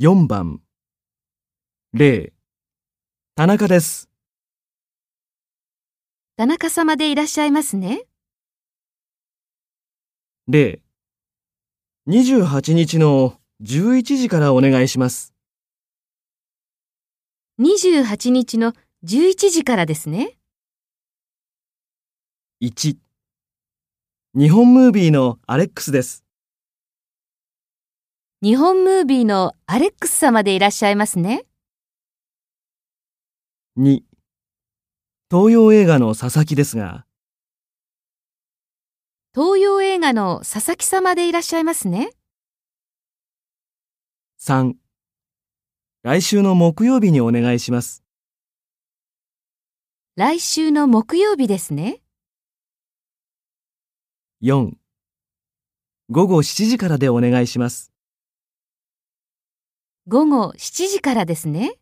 4番0田中です。田中様でいらっしゃいますね。 0 28日の11時からお願いします。 28日の11時からですね。 1日本ムービーのアレックスです。日本ムービーのアレックス様でいらっしゃいますね。 2東洋映画の佐々木ですが、東洋映画の佐々木様でいらっしゃいますね。 3来週の木曜日にお願いします。来週の木曜日ですね。 4午後7時からでお願いします。午後7時からですね。